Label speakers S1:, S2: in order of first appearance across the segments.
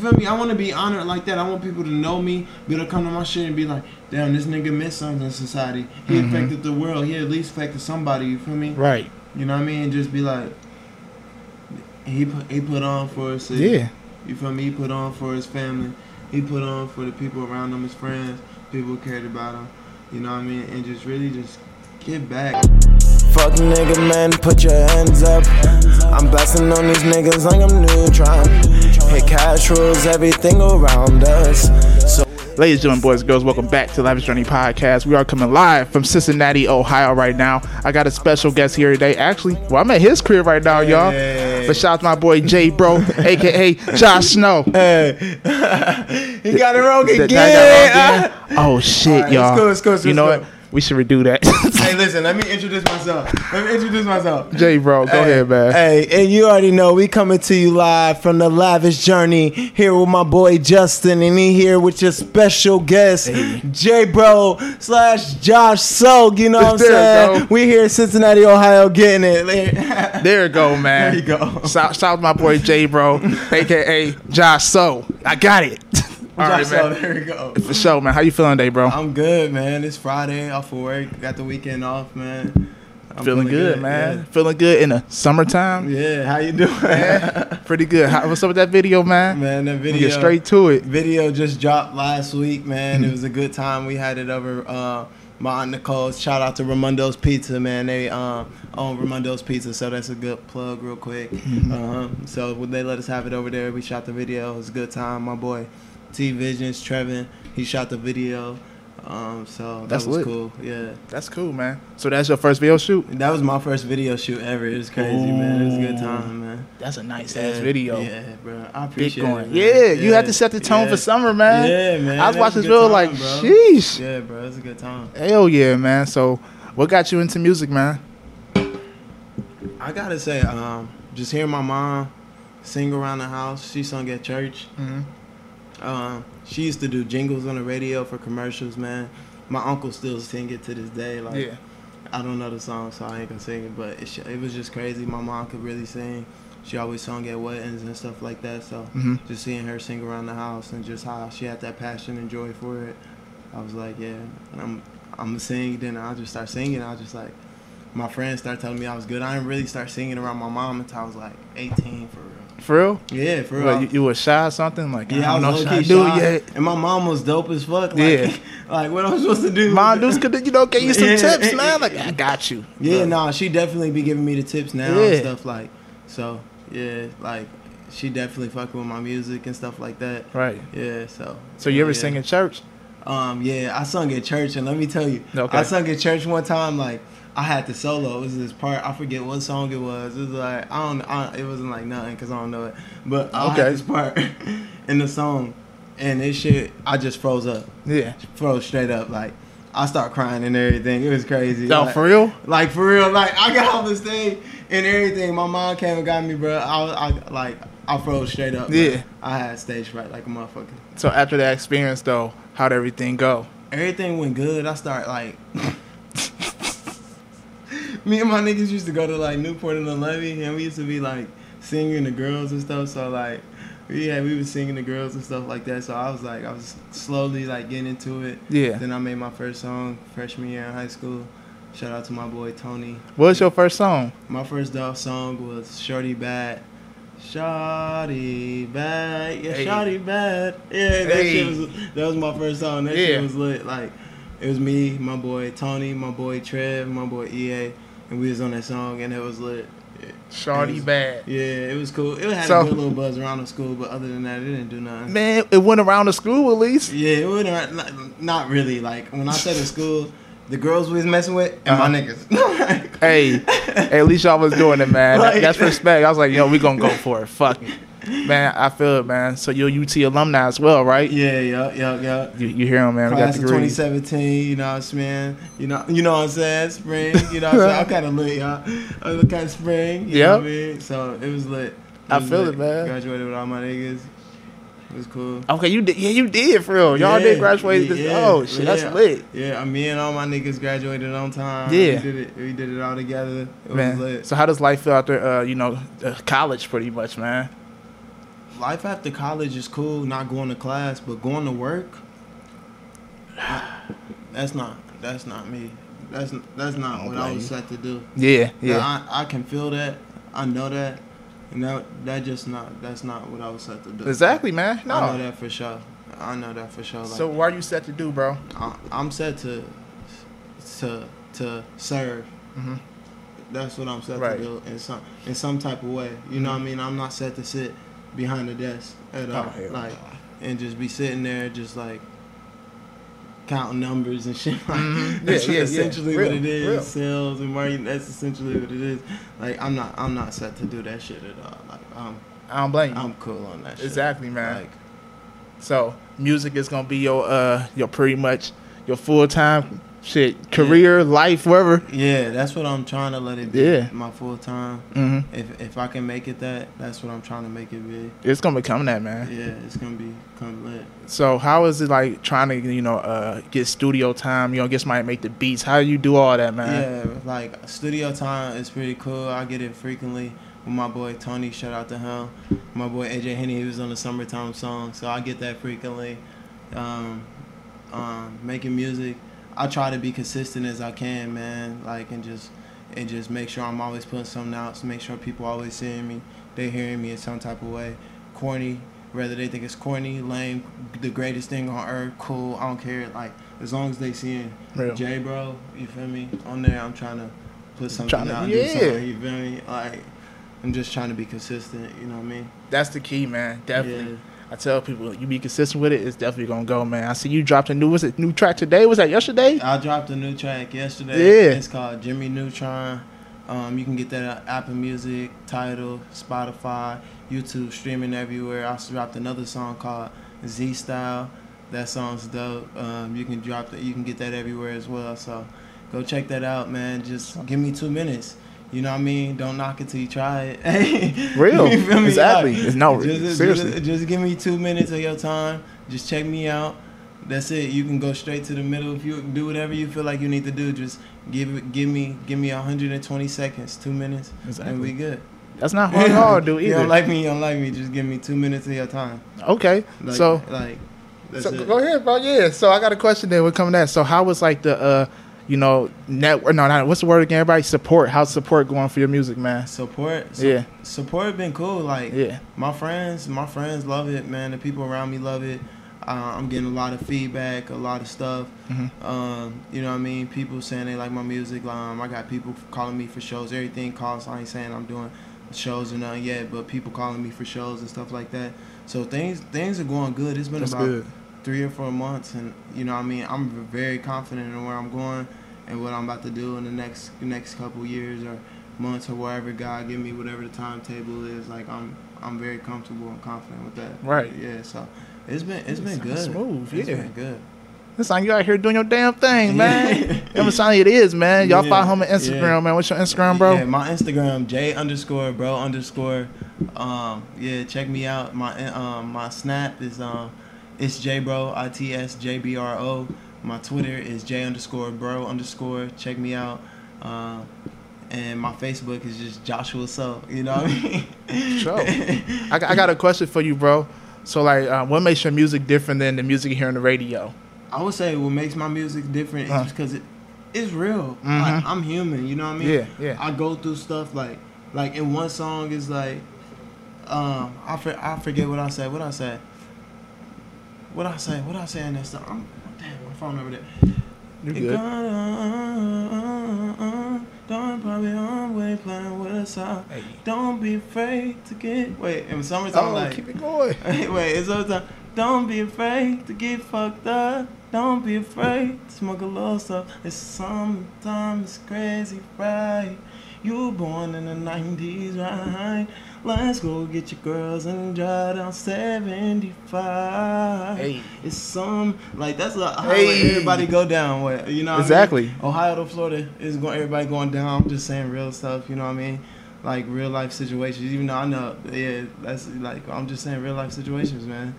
S1: feel me? I want to be honored like that. I want people to know me, be able to come to my shit and be like, damn, this nigga missed something in society. He
S2: Mhm.
S1: affected the world. He at least affected somebody. You feel me?
S2: Right.
S1: You know what I mean? Just be like, he put, he put on for us.
S2: Yeah.
S1: You feel me? He put on for his family. He put on for the people around him, his friends, people who cared about him. You know what I mean? And just really just get back.
S3: Fuck nigga, man, put your hands up. I'm blasting on these niggas like I'm neutron. Hit cash rules everything around us. So
S2: Ladies, gentlemen, boys, and girls, welcome back to Lavish Journey Podcast. We are coming live from Cincinnati, Ohio, right now. I got a special guest here today. Actually, well, I'm at his crib right now, y'all.
S1: Hey.
S2: But shout out to my boy Jay Bro, aka Josh Snow.
S1: Hey, he got it wrong
S2: Did I
S1: again.
S2: got wrong again? oh shit,
S1: Alright,
S2: y'all!
S1: it's cool, it's cool, it's
S2: you know
S1: cool.
S2: what? We should redo that.
S1: hey, listen, let me introduce myself. Let me introduce myself.
S2: Jay Bro, go ahead, man.
S3: Hey, and you already know we coming to you live from the lavish journey here with my boy Justin, and he here with your special guest J Bro slash Josh Soak. You know what I'm
S2: There you
S3: saying?
S2: go.
S3: We here in Cincinnati, Ohio, getting it.
S2: There you go, man.
S1: There you go.
S2: Shout, shout out to my boy Jay Bro, aka Josh So. I got it. All right,
S1: Josh,
S2: man.
S1: so there you go.
S2: For sure, man. How you feeling today, bro?
S1: I'm good, man. It's Friday, off of work, got the weekend off, man. I'm
S2: feeling, good, man. Feeling good in the summertime.
S1: Yeah. Yeah, how you doing?
S2: Pretty good. How, what's up with that video, man?
S1: man, that
S2: We
S1: video
S2: get straight to it.
S1: video just dropped last week, man. it was a good time. We had it over uh, my aunt Nicole's. Shout out to Ramundo's Pizza, man. They um, own Ramundo's Pizza, so that's a good plug, real quick.
S2: Mm-hmm.
S1: Um, so when they let us have it over there. We shot the video. It was a good time. My boy T Visions, Trevin, he shot the video. Um, so that
S2: That's
S1: was
S2: lit.
S1: cool. Yeah,
S2: That's cool, man. So that's your first video shoot.
S1: that was my first video shoot ever. It was crazy, man. It was a good time, man.
S2: That's a nice
S1: Yeah,
S2: ass video.
S1: Yeah, bro. I
S2: Big
S1: appreciate it.
S2: going.
S1: man.
S2: Yeah, you have to set the tone
S1: yeah.
S2: for summer, man.
S1: Yeah, man.
S2: I was
S1: That
S2: watching
S1: a
S2: this
S1: good
S2: video
S1: time,
S2: like,
S1: bro.
S2: sheesh.
S1: Yeah, bro, it's a good time.
S2: Hell yeah, man. So, what got you into music, man?
S1: I gotta say, um, just hearing my mom sing around the house. She sung at church.
S2: Mm-hmm.
S1: Um, she used to do jingles on the radio for commercials, man. My uncle still sing it to this day. Like,
S2: Yeah.
S1: I don't know the song, so I ain't gonna sing it. But it, sh- it was just crazy. My mom could really sing. She always sung at weddings and stuff like that. So
S2: Mhm.
S1: just seeing her sing around the house and just how she had that passion and joy for it, I was like, yeah, I'm I'm gonna sing. Then I just start singing. I was just like, my friends start telling me I was good. I didn't really start singing around my mom until I was like 18 for real.
S2: For real?
S1: Yeah, for real.
S2: Well, you, you were shy or something? Like,
S1: yeah, I
S2: I don't
S1: was
S2: know
S1: low
S2: what
S1: key
S2: should I
S1: shy,
S2: do yet.
S1: and my mom was dope as fuck. Like,
S2: Yeah.
S1: like what I'm supposed to do?
S2: Mom, dudes could, you know, get you some
S1: Yeah.
S2: tips, man. Like, I got you.
S1: Yeah, nah, she definitely be giving me the tips now
S2: Yeah.
S1: and stuff like. So yeah, like she definitely fucking with my music and stuff like that.
S2: Right.
S1: Yeah, so.
S2: So, you ever
S1: yeah.
S2: sing in church?
S1: Um, yeah, I sung at church, and let me tell you,
S2: Okay.
S1: I sung at church one time. Like I had to solo. It was this part. I forget what song it was. It was like I don't. I, it wasn't like nothing because I don't know it. But I
S2: Okay.
S1: had this part in the song, and this shit, I just froze up,
S2: Yeah.
S1: froze straight up. Like I start crying and everything. It was crazy.
S2: No,
S1: Like-
S2: for real?
S1: like for real, like I got off the stage and everything. My mom came and got me, bro. I, was- I like I froze straight up. bro.
S2: Yeah.
S1: I had stage fright like a motherfucker.
S2: So, after that experience, though, how'd everything go?
S1: Everything went good. I start like. me and my niggas used to go to like Newport and the Levy, and we used to be like singing the girls and stuff. So like, yeah, we was singing the girls and stuff like that. So I was like, I was slowly like getting into it.
S2: Yeah.
S1: Then I made my first song freshman year in high school. Shout out to my boy Tony.
S2: What was your first song?
S1: My first dog song was Shorty Bad. Shorty Bad. Yeah,
S2: Hey.
S1: Shorty Bad. Yeah, that
S2: Hey.
S1: shit was that was my first song. That
S2: Yeah.
S1: shit was lit. Like it was me, my boy Tony, my boy Trev, my boy EA, and we was on that song and it was lit.
S2: Shorty
S1: Yes.
S2: Bad.
S1: Yeah, it was cool. It had
S2: So-
S1: a good little buzz around the school, but other than that, it didn't do nothing.
S2: Man, it went around the school at least.
S1: Yeah, it was not, not, not really. Like when I said in school, the girls we was messing with and my niggas.
S2: Uh-huh. Hey, at least y'all was doing it, man. That-
S1: Right.
S2: That's respect. I was like, yo, we gonna go for it. Fuck it, man. I feel it, man. So you're UT alumni as well, right?
S1: yeah, yeah, yeah, yeah.
S2: You, you hear him, man. We got
S1: Class of
S2: degrees.
S1: 2017, you know what I'm saying? You know, you know what I'm saying? Spring, you know what I'm saying? I'm kind of lit, y'all. I look at spring, you know
S2: Yep.
S1: what I mean? So it was lit. It
S2: I
S1: was
S2: feel
S1: lit.
S2: it, man.
S1: Graduated with all my niggas. It was cool.
S2: Okay, you did. Yeah, you did for real. Oh, Y'all did
S1: Yeah,
S2: graduate. this,
S1: yeah,
S2: oh shit,
S1: yeah.
S2: that's lit,
S1: Yeah, I- me and all my niggas graduated on time.
S2: Yeah.
S1: We did it, we did it all together. It was
S2: man.
S1: lit.
S2: So how does life feel after uh, you know uh, college, pretty much, man?
S1: life after college is cool, not going to class, but going to work, that's not that's not me. That's that's not what I was set to do.
S2: Yeah, yeah.
S1: Yeah, I, I can feel that. I know that. And that that just not that's not what I was set to do.
S2: exactly, man. No.
S1: I know that for sure. I know that for sure. Like,
S2: So what are you set to do, bro?
S1: I, I'm set to to to serve.
S2: Mhm.
S1: That's what I'm set
S2: Right. Mm-hmm.
S1: to do in some in some type of way. You know what I mean? I'm not set to sit behind the desk at all,
S2: Oh, hell
S1: like and just be sitting there just like counting numbers and shit. Like
S2: Mhm.
S1: that's
S2: Yeah, yeah, yeah.
S1: essentially
S2: Real,
S1: what it is.
S2: real.
S1: Sales and marketing. That's essentially what it is. Like I'm not I'm not set to do that shit at all. Like I'm
S2: I don't blame you.
S1: I'm cool on that. shit.
S2: Mm-hmm. Exactly, man.
S1: Like
S2: so music is gonna be your uh your pretty much your full time shit career life whatever.
S1: yeah, that's what I'm trying to let it be.
S2: Yeah.
S1: my full time.
S2: hmm
S1: If if I can make it that, that's what I'm trying to make it be.
S2: It's gonna become that, man.
S1: Yeah, it's gonna be come lit.
S2: So how is it like trying to you know uh get studio time? You know, get somebody to make the beats. How do you do all that, man?
S1: Yeah, like studio time is pretty cool. I get it frequently with my boy Tony. Shout out to him. My boy AJ Henny. He was on the summertime song, so I get that frequently. Um, um, making music, I try to be consistent as I can, man. Like and just and just make sure I'm always putting something out. So make sure people always seeing me. They hearing me in some type of way. Corny, whether they think it's corny, lame, the greatest thing on earth, cool. I don't care. Like as long as they seeing
S2: Real.
S1: J bro, you feel me? On there, I'm trying to put something
S2: Tryna-
S1: out.
S2: yeah.
S1: Yeah. Something, you feel me? Like I'm just trying to be consistent. You know what I mean?
S2: That's the key, man. Definitely.
S1: Yeah.
S2: I tell people you be consistent with it. It's definitely gonna go, man. I see you dropped a new was it new track today? Was that yesterday?
S1: I dropped a new track yesterday.
S2: Yeah.
S1: It's called Jimmy Neutron. Um, you can get that on Apple Music, Title, Spotify, YouTube, streaming everywhere. I also dropped another song called Z Style. That song's dope. Um, you can drop that. You can get that everywhere as well. So go check that out, man. Just give me two minutes. You know what I mean? Don't knock it till you try it.
S2: Real.
S1: You feel me?
S2: Exactly.
S1: Like,
S2: It's no- seriously.
S1: Just, just give me two minutes of your time. Just check me out. That's it. You can go straight to the middle if you do whatever you feel like you need to do. Just give it, give me, give me 120 seconds, two minutes, and we good.
S2: That's not hard at all, dude.
S1: you
S2: Either.
S1: don't like me, you don't like me. Just give me two minutes of your time.
S2: okay,
S1: Like,
S2: so
S1: like, that's
S2: So
S1: it.
S2: go ahead, bro. Yeah. So I got a question there. We're coming at. So how was like the uh, you know, network? No, not what's the word again? Everybody support. How's support going for your music, man?
S1: Support, su-
S2: Yeah,
S1: support been cool. Like,
S2: yeah.
S1: my friends, my friends love it, man. The people around me love it. Uh, I'm getting a lot of feedback, a lot of stuff.
S2: Mm-hmm.
S1: Um, you know what I mean? People saying they like my music. Um, I got people calling me for shows, everything calls. I ain't saying I'm doing shows or nothing yet, but people calling me for shows and stuff like that. So things things are going good. It's been
S2: That's
S1: about
S2: good.
S1: three or four months, and you know what I mean. I'm very confident in where I'm going and what I'm about to do in the next the next couple years or months or wherever God give me whatever the timetable is. Like I'm I'm very comfortable and confident with that.
S2: Right.
S1: Yeah. So it's been it's been
S2: Sounds
S1: good.
S2: smooth,
S1: It's
S2: yeah.
S1: been good.
S2: It's like you out here doing your damn thing, man.
S1: Yeah.
S2: That's what sign it is, man. Y'all
S1: Yeah,
S2: follow him on
S1: yeah.
S2: Instagram, man. What's your Instagram, bro?
S1: Yeah, my Instagram J underscore bro underscore. Um, yeah, check me out. My um my snap is um it's J bro I T S J B R O. My Twitter is J underscore bro underscore. Check me out. Um, and my Facebook is just Joshua So. You know what I mean?
S2: Sure. I, got- I got a question for you, bro. So like, uh, what makes your music different than the music you hear on the radio?
S1: I would say what makes my music different
S2: Huh.
S1: is just because it, it's real.
S2: Mhm.
S1: Like, I'm human. You know what I mean?
S2: Yeah, yeah.
S1: I go through stuff like, like in one song is like, um, I for, I forget what I said. What I said. What I say? What I say in that song? I'm, damn, my phone over there.
S2: You
S1: It
S2: good?
S1: gonna- Don't probably always playing with us. huh?
S2: Hey.
S1: Don't be afraid to get wait. In summertime,
S2: Oh,
S1: like
S2: keep it going.
S1: Wait, it's all time. Don't be afraid to get fucked up. Don't be afraid to smoke a little stuff. It's sometimes crazy, right? You were born in the 90s, right? Let's go get your girls and drive down 75.
S2: Hey.
S1: It's some, like, that's a highway
S2: Hey.
S1: everybody go down with, you know what I mean?
S2: Exactly.
S1: Ohio to Florida is going, everybody going down. I'm just saying real stuff, you know what I mean? like real life situations. Even though I know, yeah, that's like I'm just saying real life situations, man.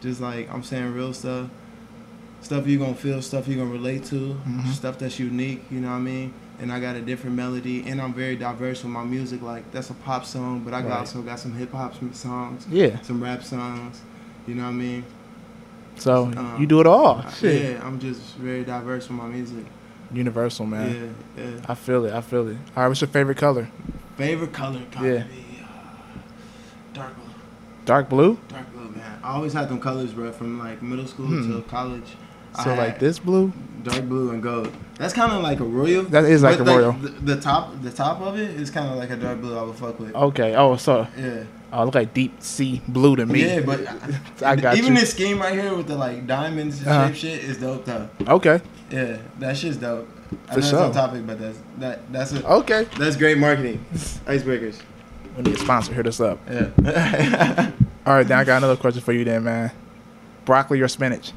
S1: Just like I'm saying real stuff. stuff you're gonna feel, stuff you're gonna relate to,
S2: Mm-hmm.
S1: stuff that's unique. You know what I mean? And I got a different melody, and I'm very diverse with my music. Like that's a pop song, but I got
S2: Right.
S1: also got some hip hop songs,
S2: Yeah.
S1: some rap songs. You know what I mean?
S2: So
S1: Um,
S2: you do it all.
S1: I-
S2: Shit.
S1: Yeah, I'm just very diverse with my music.
S2: Universal, man.
S1: Yeah, yeah.
S2: I feel it. I feel it. All right, what's your favorite color?
S1: Favorite color probably
S2: Yeah.
S1: be, uh, dark blue.
S2: Dark blue.
S1: Dark blue, man. I always had them colors, bro, from like middle school
S2: Hmm.
S1: to college. I
S2: So like
S1: had
S2: this blue.
S1: dark blue and gold. That's kind of like a royal.
S2: That is like
S1: but,
S2: a royal.
S1: The, the top, the top of it is kind of like a dark blue. I would fuck with.
S2: Okay. Oh, so
S1: Yeah,
S2: I look like deep sea blue to me.
S1: yeah, but
S2: I got
S1: even
S2: you.
S1: this scheme right here with the like diamonds and
S2: Uh-huh.
S1: shaped shit is dope though.
S2: okay.
S1: Yeah, that shit's dope. I
S2: For
S1: know
S2: sure.
S1: it's on topic, but that's that that's a,
S2: Okay.
S1: that's great marketing. Icebreakers.
S2: We need a sponsor. Hit us up.
S1: Yeah.
S2: All right, then I got another question for you, then, man. Broccoli or spinach?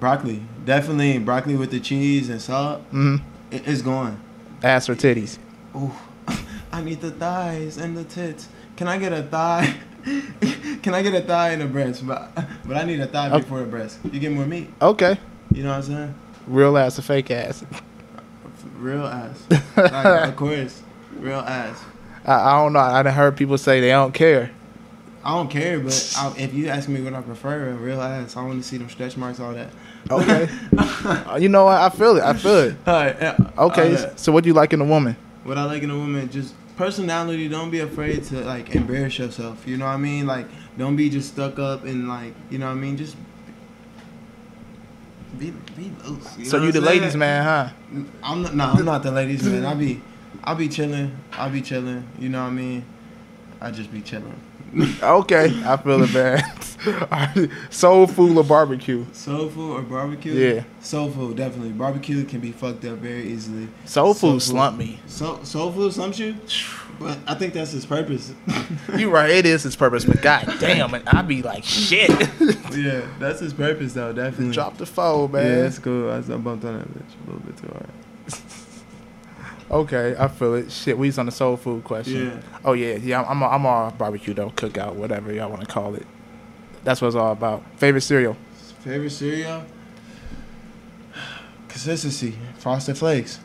S1: broccoli, definitely broccoli with the cheese and salt.
S2: Mm-hmm.
S1: It, it's going.
S2: Ass or titties?
S1: Ooh, I need the thighs and the tits. Can I get a thigh? Can I get a thigh and a breast? But but I need a thigh
S2: Okay.
S1: before a breast. You get more meat.
S2: Okay.
S1: You know what I'm saying?
S2: Real ass or fake ass?
S1: F- Real ass. Like, of course, real ass.
S2: I, I don't know. I done heard people say they don't care.
S1: I don't care, but I, if you ask me what I prefer, a real ass. I want to see them stretch marks, all that.
S2: Okay. Uh, you know what? I feel it. I feel it.
S1: All right. yeah, all
S2: Okay.
S1: that.
S2: So what do you like in a woman?
S1: what I like in a woman, just personality. Don't be afraid to like embarrass yourself. You know what I mean? Like, don't be just stuck up and like, you know what I mean? Just be be loose.
S2: so
S1: know
S2: you
S1: what
S2: the
S1: I'm
S2: ladies
S1: saying?
S2: man, huh?
S1: I'm not. Nah, I'm not the ladies man. I be, I be chilling. I be chilling. You know what I mean? I just be chilling.
S2: Okay, I feel it, man. Soul food or barbecue?
S1: Soul food or barbecue?
S2: Yeah.
S1: Soul food definitely. Barbecue can be fucked up very easily.
S2: Soul
S1: Soul
S2: food
S1: food.
S2: slumped me.
S1: So soul food slumps you, but I think that's its purpose.
S2: You right, it is its purpose, but god damn it, I be like shit.
S1: yeah, that's its purpose though. Definitely.
S2: Drop the phone,
S1: Yeah,
S2: man.
S1: that's cool. I, I bumped on that bitch a little bit too hard.
S2: Okay, I feel it. Shit, we was on the soul food question.
S1: Yeah.
S2: Oh yeah, yeah. I'm I'm all barbecue though, cookout, whatever y'all want to call it. That's what it's all about. Favorite cereal?
S1: Favorite cereal? Consistency. Frosted Flakes.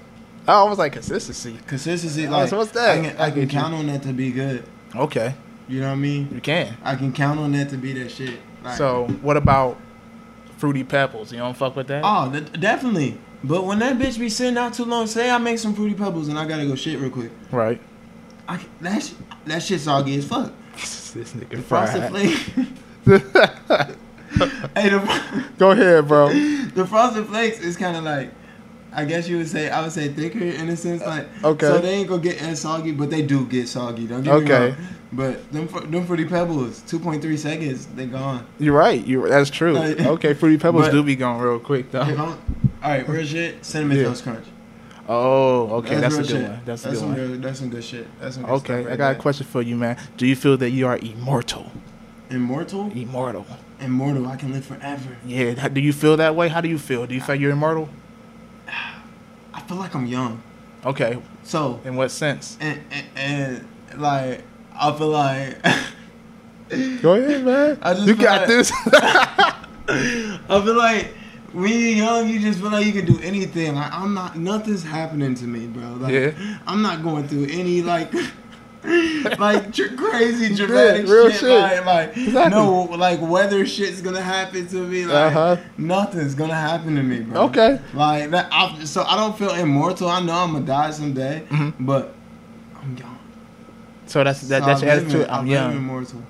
S2: Oh, I was like consistency.
S1: Consistency.
S2: Oh,
S1: Like,
S2: so what's that?
S1: I can,
S2: I
S1: I can
S2: get you.
S1: count on that to be good.
S2: Okay,
S1: You know what I mean?
S2: you can.
S1: I can count on that to be that shit. Like,
S2: So what about fruity pebbles? You don't fuck with that?
S1: Oh, th- definitely. But when that bitch be sitting out too long, say I make some fruity pebbles and I gotta go shit real quick.
S2: Right.
S1: I can, that sh- that shit's soggy as fuck.
S2: this nigga
S1: Frosted Flakes.
S2: fried.
S1: hey, the.
S2: Go ahead, bro.
S1: the frosted flakes is kind of like I guess you would say I would say thicker in a sense like
S2: Okay.
S1: so they ain't gonna get as soggy but they do get soggy don't get me
S2: Okay.
S1: wrong but them fr- them fruity pebbles 2.3 seconds they gone
S2: You're right. You that's true.
S1: Like-
S2: okay, fruity pebbles
S1: But-
S2: do be gone real quick
S1: If
S2: though.
S1: I'm- all right real shit cinnamon
S2: Yeah.
S1: toast crunch
S2: Oh, okay,
S1: real
S2: that's, a good
S1: shit.
S2: one. That's a good
S1: some
S2: one.
S1: real- that's some good shit that's some good
S2: Okay,
S1: stuff
S2: I
S1: right
S2: got a
S1: there.
S2: question for you, man. Do you feel that you are immortal?
S1: immortal
S2: Immortal.
S1: immortal I can live forever
S2: Yeah. how- Do you feel that way? How do you feel? Do you feel you're immortal?
S1: I feel like I'm young
S2: Okay.
S1: so
S2: In what sense?
S1: and and, and like I feel like.
S2: Go ahead, man.
S1: I just
S2: you
S1: feel
S2: got
S1: like-
S2: this.
S1: I feel like when you're young, you just feel like you can do anything. Like I'm not, nothing's happening to me, bro. Like
S2: Yeah.
S1: I'm not going through any like, like dr- crazy dramatic
S2: real
S1: shit.
S2: shit.
S1: Like, like
S2: Exactly.
S1: no, like weather shit's gonna happen to me. Like
S2: Uh-huh.
S1: nothing's gonna happen to me, bro.
S2: okay.
S1: Like that. I, so I don't feel immortal. I know I'm gonna die someday,
S2: Mhm.
S1: but I'm young.
S2: So that's that,
S1: So
S2: that's
S1: I
S2: your
S1: live
S2: attitude.
S1: in- I
S2: I'm
S1: live
S2: young.
S1: Immortal.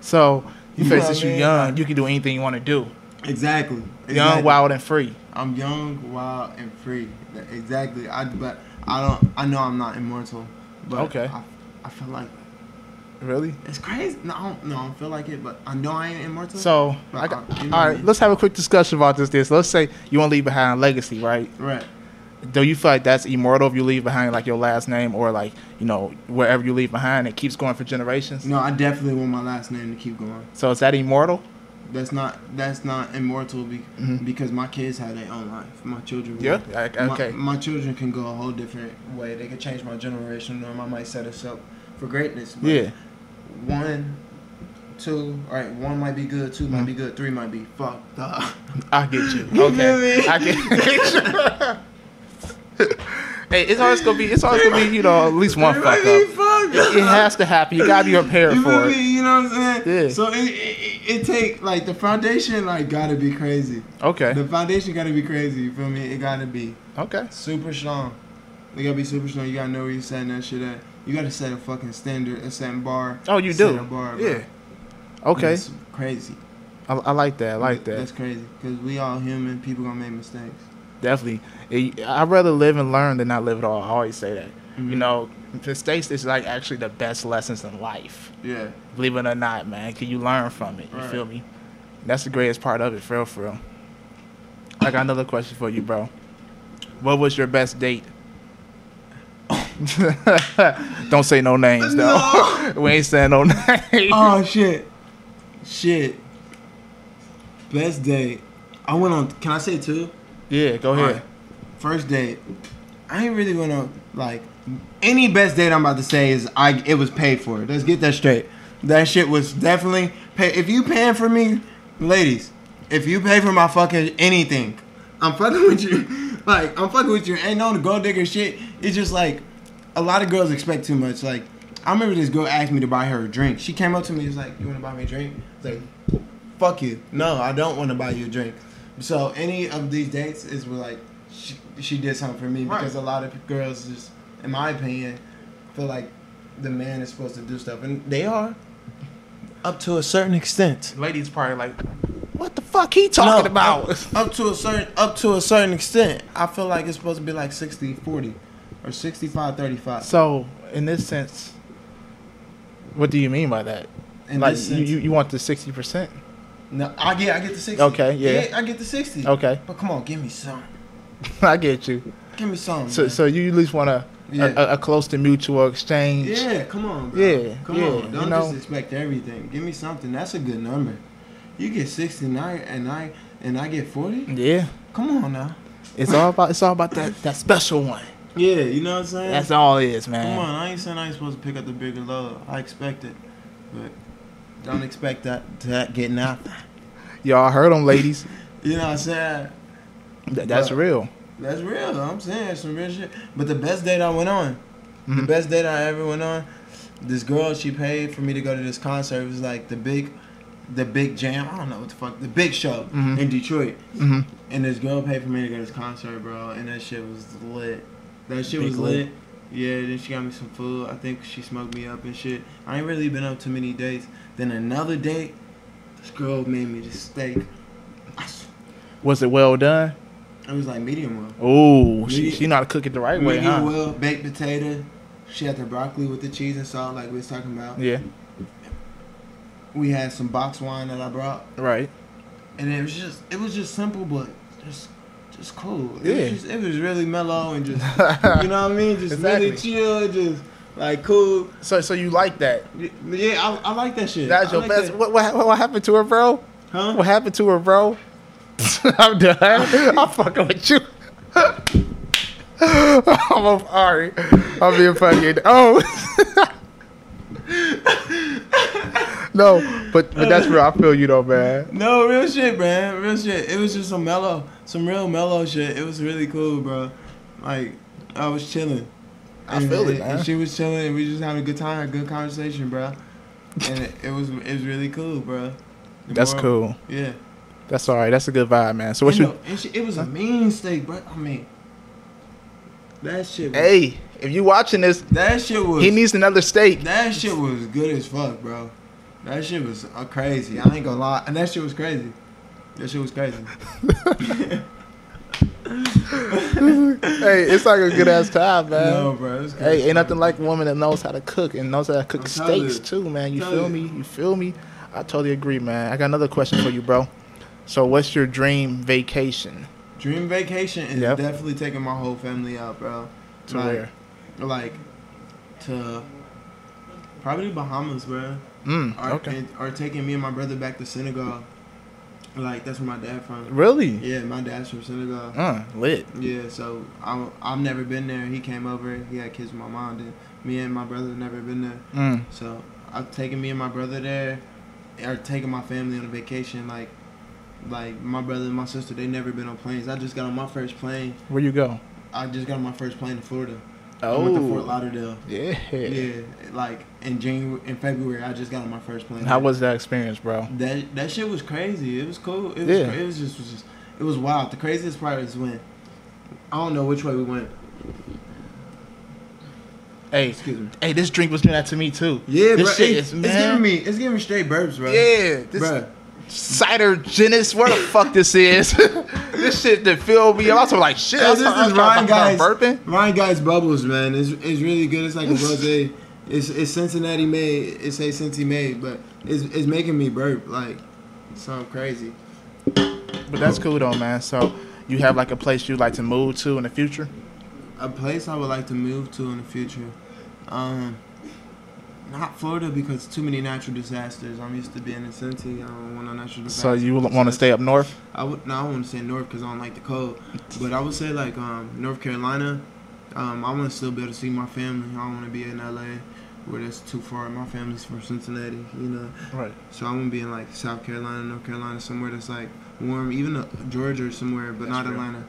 S2: So you
S1: You
S2: feel
S1: know
S2: since
S1: what I
S2: you're
S1: mean?
S2: young, you can do anything you want to do.
S1: Exactly.
S2: Young,
S1: Exactly.
S2: wild, and free.
S1: I'm young, wild, and free. That- Exactly. I but I don't. I know I'm not immortal, but
S2: Okay.
S1: I, I feel like
S2: Really?
S1: it's crazy. No, I don't, no, I don't feel like it, but I know I ain't immortal.
S2: So,
S1: But
S2: I got,
S1: I-
S2: all
S1: you know
S2: right,
S1: me.
S2: let's have a quick discussion about this. This, let's say you want to leave behind a legacy, right?
S1: right,
S2: Do you feel like that's immortal if you leave behind like your last name or like you know wherever you leave behind, it keeps going for generations?
S1: no, I definitely want my last name to keep going.
S2: So is that immortal?
S1: That's not that's not immortal be, because my kids have their own life. My children. will.
S2: Mm-hmm. Yeah, like,
S1: My-
S2: okay.
S1: My, children can go a whole different way. They can change my generation, norm. I might set us up for greatness. but
S2: Yeah.
S1: One two. All right, one might be good, 2 might be good, three might be fucked up.
S2: I get you. Okay, I get Hey, it's always gonna be. It's always gonna be. You know, at least one fuck
S1: might
S2: up.
S1: be
S2: It
S1: fucked up.
S2: it has to happen. You gotta be prepared
S1: You
S2: for
S1: feel
S2: it.
S1: me? You know what I'm saying?
S2: Yeah.
S1: So it, it, it take like the foundation like gotta be crazy. The
S2: Okay.
S1: foundation gotta be crazy. You feel me? It gotta be
S2: Okay.
S1: super strong. You gotta be super strong. You gotta know where you setting that shit at. You gotta set a fucking standard, a certain bar.
S2: Oh, you
S1: set
S2: do?
S1: A bar, bro.
S2: Yeah. Okay.
S1: That's crazy.
S2: I, I like that. I like that.
S1: That's crazy. Cause we all human. People gonna make mistakes.
S2: Definitely. It- I'd rather live and learn than not live at all. I always say that. You know, mistakes is like actually the best lessons in life.
S1: Yeah.
S2: Believe it or not, man. Can you learn from it? You
S1: Right.
S2: feel me? That's the greatest part of it, for real, for real. I got another question for you, bro. What was your best date? Don't say no names, though. we ain't saying no Uh-huh. names.
S1: Oh shit. Shit. Best date. I went on. Can I say two?
S2: yeah, go ahead.
S1: Alright. First date. I ain't really gonna like any best date I'm about to say is I it was paid for. Let's get that straight. That shit was definitely pay if you paying for me, ladies, if you pay for my fucking anything, I'm fucking with you. Like, I'm fucking with you. Ain't no gold digger shit. It's just like a lot of girls expect too much. Like, I remember this girl asked me to buy her a drink. She came up to me and was like, You wanna buy me a drink? I was like, fuck you. No, I don't want to buy you a drink. So any of these dates is where, like she, she did something for me because a lot of girls just, in my opinion, feel like the man is supposed to do stuff and they are up to a certain extent.
S2: Ladies probably like, what the fuck he talking
S1: No,
S2: about?
S1: Up to a certain up to a certain extent. I feel like it's supposed to be like 60-40 or 65-35.
S2: So, in this sense, what do you mean by that?
S1: In
S2: like,
S1: this
S2: you,
S1: sense.
S2: you, you want the 60%?
S1: No, I get I get the 60.
S2: Okay, yeah.
S1: I get the 60.
S2: Okay,
S1: But come on, give me some.
S2: I get you.
S1: Give me some.
S2: So,
S1: man.
S2: so uh, you at least want a,
S1: Yeah.
S2: a, a close to mutual exchange.
S1: Yeah, come on, bro.
S2: Yeah,
S1: come
S2: yeah,
S1: on. Don't
S2: you know.
S1: just expect everything. Give me something. That's a good number. You get sixty nine, and I and I get forty.
S2: Yeah.
S1: Come on now.
S2: It's all about it's all about that, that special one.
S1: Yeah, you know what I'm saying.
S2: That's all it is,
S1: come on.
S2: man.
S1: I ain't saying I ain't supposed to pick up the bigger load. I expect it, but don't expect that that getting out.
S2: Y'all heard them, ladies.
S1: You know what I'm saying.
S2: Th- That's
S1: Bruh.
S2: real.
S1: That's real. I'm saying some real shit. But the best date I went on, the
S2: Mhm.
S1: best date I ever went on, this girl she paid for me to go to this concert. It was like the big, the big jam. I don't know what the fuck, the big show
S2: Mhm.
S1: in Detroit.
S2: Mhm.
S1: And this girl paid for me to go to this concert, bro. And that shit was lit. That shit
S2: Big
S1: was
S2: lit.
S1: lit. Yeah, then she got me some food. I think she smoked me up and shit. I ain't really been up too many dates. Then another date, this girl made me this steak. I s-
S2: Was it well done?
S1: It was like medium well.
S2: Oh, she
S1: Medium-
S2: she know how to cook it the right way,
S1: Medium
S2: huh?
S1: well, baked potato. She had the broccoli with the cheese and salt, like we was talking about.
S2: Yeah.
S1: We had some box wine that I brought,
S2: Right.
S1: and it was just it was just simple, but just just cool. It
S2: Yeah.
S1: was, just, it was really mellow and just you know what I mean, just
S2: Exactly.
S1: really chill, just like cool.
S2: So so you like that?
S1: Y- Yeah, I, I like that shit. I
S2: That's your
S1: like
S2: best.
S1: that.
S2: What, what what happened to her, bro?
S1: huh?
S2: What happened to her, bro? I'm done. I'm fucking with you. I'm a, all right. I'm being fucking. Oh. no, but but that's real. I feel you though, man.
S1: No, real shit, man. Real shit. It was just some mellow, some real mellow shit. It was really cool, bro. Like I was chilling.
S2: I feel it,
S1: and-
S2: man.
S1: And she was chilling, and we just having a good time, a good conversation, bro. And it, it was it was really cool, bro. The
S2: That's
S1: more-
S2: cool.
S1: Yeah.
S2: That's all right. That's a good vibe, man. So what
S1: and
S2: you?
S1: no, and she, it was a mean steak, bro. I mean, that shit. Was,
S2: Hey, if you watching this,
S1: That shit was.
S2: he needs another steak.
S1: that shit was good as fuck, bro. That shit was uh, crazy. I ain't gonna lie, and that shit was crazy. That shit was crazy.
S2: hey, it's like a good ass time, man.
S1: no, bro. It was
S2: Hey,
S1: crazy.
S2: ain't nothing like a woman that knows how to cook and knows how to cook
S1: I'm telling
S2: steaks too, man. You
S1: I'm
S2: feel
S1: telling
S2: me? You feel me? I totally agree, man. I got another question for you, bro. So, what's your dream vacation?
S1: Dream vacation is
S2: Yep.
S1: definitely taking my whole family out, bro.
S2: To
S1: like,
S2: where?
S1: Like, to probably Bahamas, bro.
S2: Mm,
S1: Or,
S2: okay.
S1: and- or taking me and my brother back to Senegal. Like, that's where my dad from.
S2: Really?
S1: Yeah, my dad's from Senegal.
S2: Uh, lit.
S1: Yeah, so I, I've never been there. He came over. He had kids with my mom. Then me and my brother have never been there.
S2: Mm.
S1: So I've taken me and my brother there. or taking my family on a vacation. Like, like my brother and my sister, they never been on planes. I just got on my first plane.
S2: Where you go?
S1: I just got on my first plane to Florida. I went to Fort Lauderdale.
S2: Oh. yeah.
S1: Yeah, like in January, in February, I just got on my first plane.
S2: How was that experience, bro?
S1: that? That shit was crazy. It was cool. It was,
S2: Yeah.
S1: cra- it was just, was just, it was wild. The craziest part is when I don't know which way we went.
S2: Hey,
S1: Excuse me.
S2: hey, this drink was doing that to me too.
S1: Yeah,
S2: this
S1: bro.
S2: shit
S1: it- it's
S2: is
S1: giving
S2: man.
S1: me, it's giving me straight burps, bro.
S2: yeah, this
S1: Bruh.
S2: cider genus, where the fuck this is? this shit that filled me. up. I was like, shit, I
S1: Hey,
S2: was
S1: this
S2: talking- I
S1: is
S2: was talking
S1: Ryan
S2: about
S1: guys.
S2: burping.
S1: Ryan guys bubbles, man. It's, it's really good. It's like a rosé. It's, it's Cincinnati made. It's a Cincy made, but it's, it's making me burp like something crazy.
S2: But that's cool though, man. So you have like a place you'd like to move to in the future?
S1: A place I would like to move to in the future, um, not Florida because too many natural disasters. I'm used to being in Cincy. I don't want no natural disasters.
S2: So you want to stay up north?
S1: I would no, I want to say north because I don't like the cold, but I would say like um, North Carolina. Um, I want to still be able to see my family. I don't want to be in LA where that's too far. My family's from Cincinnati, you know,
S2: Right.
S1: so I want to be in like South Carolina, North Carolina, somewhere that's like warm, even uh, Georgia or somewhere, but
S2: That's
S1: not
S2: real.
S1: Atlanta.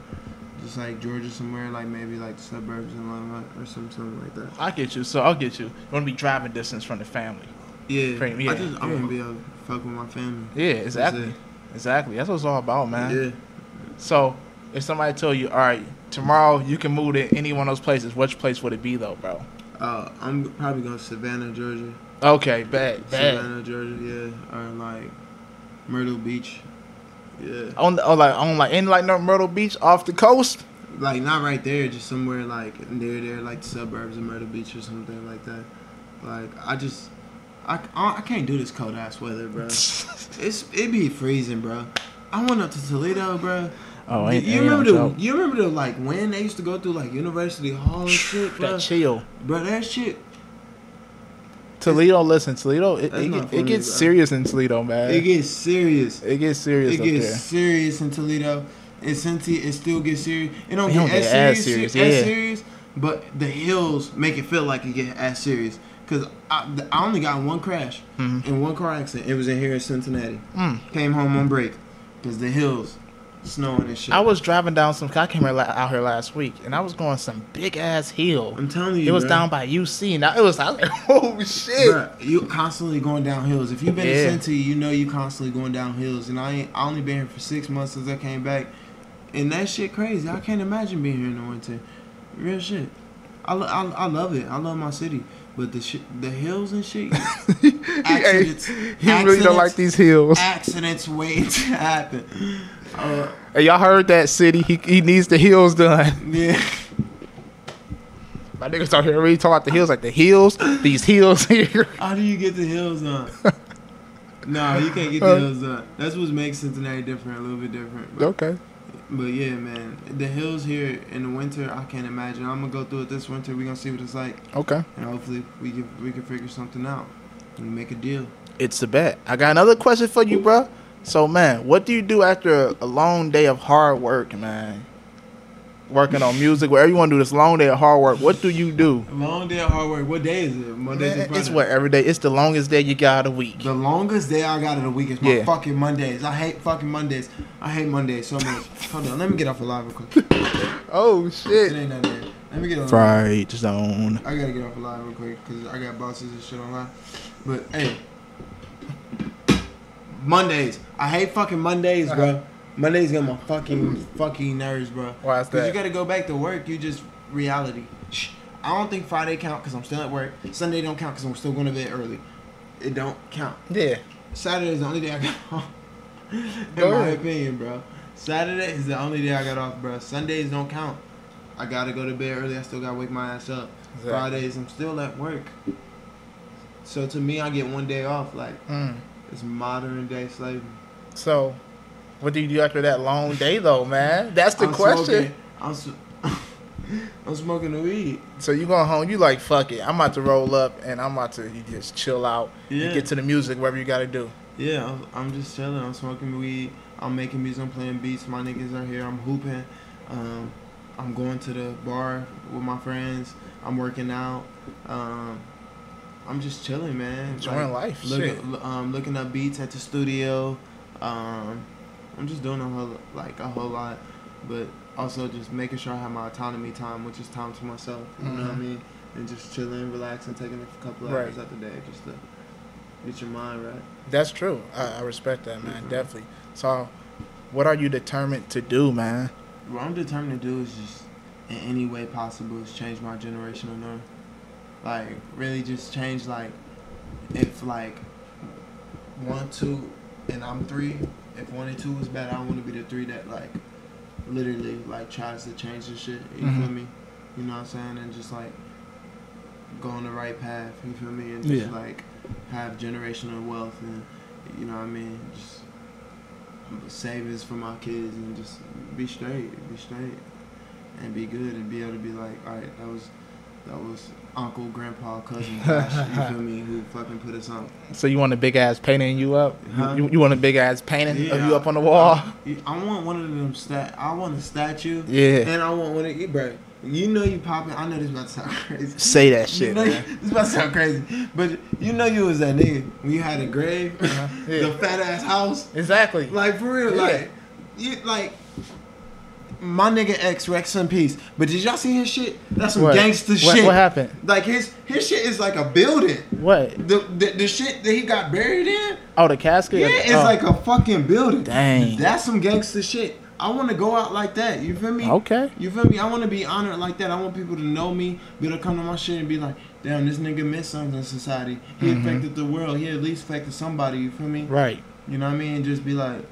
S1: Just like Georgia, somewhere like maybe like the suburbs in Atlanta or some something like that.
S2: I get you. So I'll get you. You want to be driving distance from the family?
S1: Yeah,
S2: Pretty- yeah,
S1: I just I
S2: yeah.
S1: want to be able to fuck with my family.
S2: Yeah, exactly.
S1: it.
S2: Exactly. That's what it's all about, man.
S1: Yeah,
S2: So if somebody told you, all right, tomorrow you can move to any one of those places, which place would it be though, bro?
S1: uh, I'm probably going to Savannah, Georgia.
S2: Okay, bad, bad.
S1: Savannah, Georgia, yeah, or like Myrtle Beach, yeah,
S2: On, the- on like on like in like North Myrtle Beach off the coast.
S1: like not right there, just somewhere like near there, like the suburbs of Myrtle Beach or something like that. Like I just, I, I, I can't do this cold ass weather, bro. It's it be freezing, bro. I went up to Toledo, bro.
S2: oh,
S1: you,
S2: ain't, ain't
S1: remember
S2: no
S1: the
S2: joke.
S1: you remember the like when they used to go through like University Hall and shit, bro.
S2: that chill.
S1: bro, that shit,
S2: Toledo, listen, Toledo, it,
S1: That's
S2: it,
S1: not
S2: get-
S1: for
S2: it
S1: me,
S2: gets
S1: bro.
S2: serious in Toledo, man.
S1: it gets serious.
S2: It gets serious
S1: It
S2: up
S1: gets
S2: there.
S1: serious in Toledo. And Cincy, it still gets serious. It don't
S2: It
S1: get
S2: don't
S1: as
S2: get as
S1: serious,
S2: serious,
S1: as
S2: yeah.
S1: serious, but the hills make it feel like it get as serious. Cause I, th- I only got in one crash
S2: Mhm.
S1: and one car accident. It was in here in Cincinnati.
S2: Mm.
S1: Came home on break, cause the hills, snowing and shit.
S2: I was driving down some. I came here la- out here last week, and I was going some big ass hill.
S1: I'm telling you,
S2: it was
S1: bruh.
S2: down by UC, and I, it was I was like, oh shit.
S1: Bruh, you constantly going down hills. If you've been
S2: Yeah.
S1: to Cincy, you know you constantly going down hills. And I ain't, I only been here for six months since I came back, and that shit crazy. I can't imagine being here in the winter. Real shit. I, lo- I, I love it. I love my city, but the sh- the hills and shit. accidents.
S2: Hey, he really don't like
S1: Accidents.
S2: these hills.
S1: accidents waiting to happen. Uh,
S2: Hey, y'all heard that city? He, he needs the hills done.
S1: yeah.
S2: My niggas out here really talking about the hills, like the hills, these hills here.
S1: How do you get the hills on? no, you can't get the
S2: Uh,
S1: hills on. That's what makes Cincinnati different, a little bit different. But
S2: okay.
S1: But yeah, man, the hills here in the winter, I can't imagine. I'm gonna go through it this winter. We gonna see what it's like,
S2: Okay.
S1: and hopefully we can we can figure something out and make a deal.
S2: It's a bet. I got another question for you, bro. So, man, what do you do after a long day of hard work, man? Working on music, whatever you want to do, this long day of hard work, what do you do?
S1: Long day of hard work. What day is it? Monday. through
S2: Man, it's
S1: Friday?
S2: what every day. It's the longest day you got a week.
S1: The longest day I got of the week is my
S2: Yeah.
S1: fucking Mondays. I hate fucking Mondays. I hate Mondays so much. Hold on, let me get off alive real quick.
S2: Oh
S1: It
S2: shit!
S1: ain't nothing. there. Let me get off.
S2: Fright zone.
S1: I gotta get off alive real quick because I got bosses and shit online. But hey, Mondays. I hate fucking
S2: Uh-huh.
S1: Mondays, bro. Mondays get my fucking fucking nerves, bro.
S2: Why is
S1: Because you
S2: that?
S1: gotta go back to work. You just reality. Shh. I don't think Friday count because I'm still at work. Sunday don't count because I'm still going to bed early. It don't count.
S2: yeah.
S1: Saturday is the only day I got off.
S2: Go
S1: In my
S2: ahead.
S1: opinion, bro. Saturday is the only day I got off, bro. Sundays don't count. I gotta go to bed early. I still gotta wake my ass up.
S2: Exactly.
S1: Fridays, I'm still at work. So to me, I get one day off. Like
S2: Mm.
S1: it's modern day slavery.
S2: So, what do you do after that long day, though, man? That's the
S1: I'm
S2: question.
S1: Smoking, I'm, s- I'm smoking the weed.
S2: So you going home? You like fuck it. I'm about to roll up and I'm about to you just chill out.
S1: Yeah.
S2: You get to the music, whatever you got to do.
S1: Yeah, I'm, I'm just chilling. I'm smoking weed. I'm making music. I'm playing beats. My niggas are here. I'm hooping. Um, I'm going to the bar with my friends. I'm working out. Um, I'm just chilling, man.
S2: Enjoying life,
S1: Look,
S2: shit.
S1: l- Um, looking up beats at the studio. Um, I'm just doing a whole like a whole lot, but also just making sure I have my autonomy time, which is time to myself. You know what I
S2: Mhm.
S1: mean? And just chilling, relaxing, taking a couple
S2: Right.
S1: hours out the day just to get your mind right.
S2: That's true. I, I respect that, man. Definitely. So, what are you determined to do, man?
S1: What I'm determined to do is just, in any way possible, is change my generational norm. Like, really just change, like, if, like, one, two, and I'm three, if one and two is bad, I want to be the three that, like, literally, like, tries to change the shit. You feel
S2: Mhm.
S1: me? You know what I'm saying? And just, like, go on the right path. You feel me? And just,
S3: Yeah.
S1: like, have generational wealth and, you know what I mean? Just savings for my kids and just be straight, be straight, and be good and be able to be like, all right, that was that was uncle, grandpa, cousin, Josh, you feel me, who fucking put us on.
S2: So you want a big ass painting you up?
S1: Huh?
S2: You, you want a big ass painting of
S1: Yeah.
S2: you up on the wall?
S1: You- I want one of them stat. I want a statue,
S2: Yeah.
S1: and I want one of you, bro. You know you popping. I know this about to sound crazy.
S2: Say that shit,
S1: you know,
S2: man.
S1: This about to sound crazy, but you know you was that nigga when you had a grave,
S2: Uh-huh, yeah.
S1: the fat ass house,
S2: Exactly.
S1: Like for real,
S2: Yeah.
S1: like you like my nigga X Rex in peace. But did y'all see his shit? That's some
S2: What?
S1: gangster
S2: What-
S1: shit.
S2: what happened?
S1: Like his his shit is like a building.
S2: What?
S1: The, the the shit that he got buried in,
S2: Oh, the casket.
S1: yeah,
S2: Or the-
S1: it's
S2: oh.
S1: like a fucking building.
S2: Dang.
S1: That's some gangster shit. I want to go out like that. You feel me?
S2: Okay.
S1: You feel me? I want to be honored like that. I want people to know me, be able to come to my shit and be like, damn, this nigga missed something in society. He affected the world. He at least affected somebody. You feel me?
S2: Right.
S1: You know what I mean? Just be like,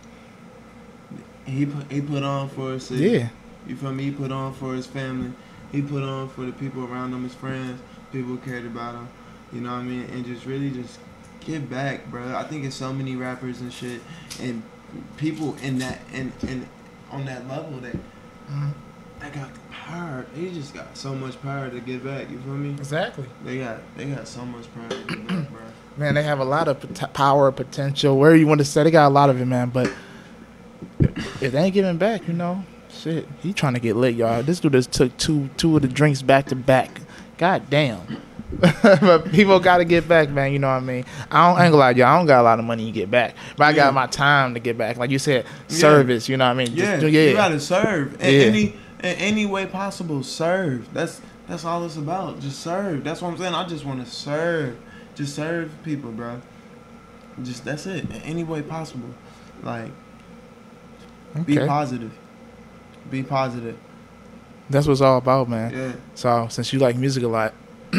S1: he put he put on for his city.
S2: Yeah.
S1: You feel me? He put on for his family. He put on for the people around him, his friends, people who cared about him. You know what I mean? And just really just give back, bro. I think it's so many rappers and shit and people in that and and on that level that they got the power. They just got so much power to give back. You feel me?
S2: Exactly.
S1: They got they got so much power to give back, bro.
S2: Man, they have a lot of pot- power, potential. Where you want to say, they got a lot of it, man. But if they ain't giving back, you know, shit. He trying to get lit, y'all. This dude just took two two of the drinks back to back. God damn. but people got to get back, man. You know what I mean. I don't I ain't gonna lie, y'all. I don't got a lot of money to get back, but I
S1: Yeah.
S2: got my time to get back. Like you said,
S1: Yeah.
S2: service. You know what I mean. Just
S1: Yeah,
S2: do-
S1: you gotta serve in
S2: Yeah.
S1: any in any way possible. Serve. That's that's all it's about. Just serve. That's what I'm saying. I just want to serve. Just serve people, bro. Just that's it. In any way possible, like be
S2: Okay.
S1: positive. Be positive.
S2: That's what it's all about, man.
S1: Yeah.
S2: So since you like music a lot,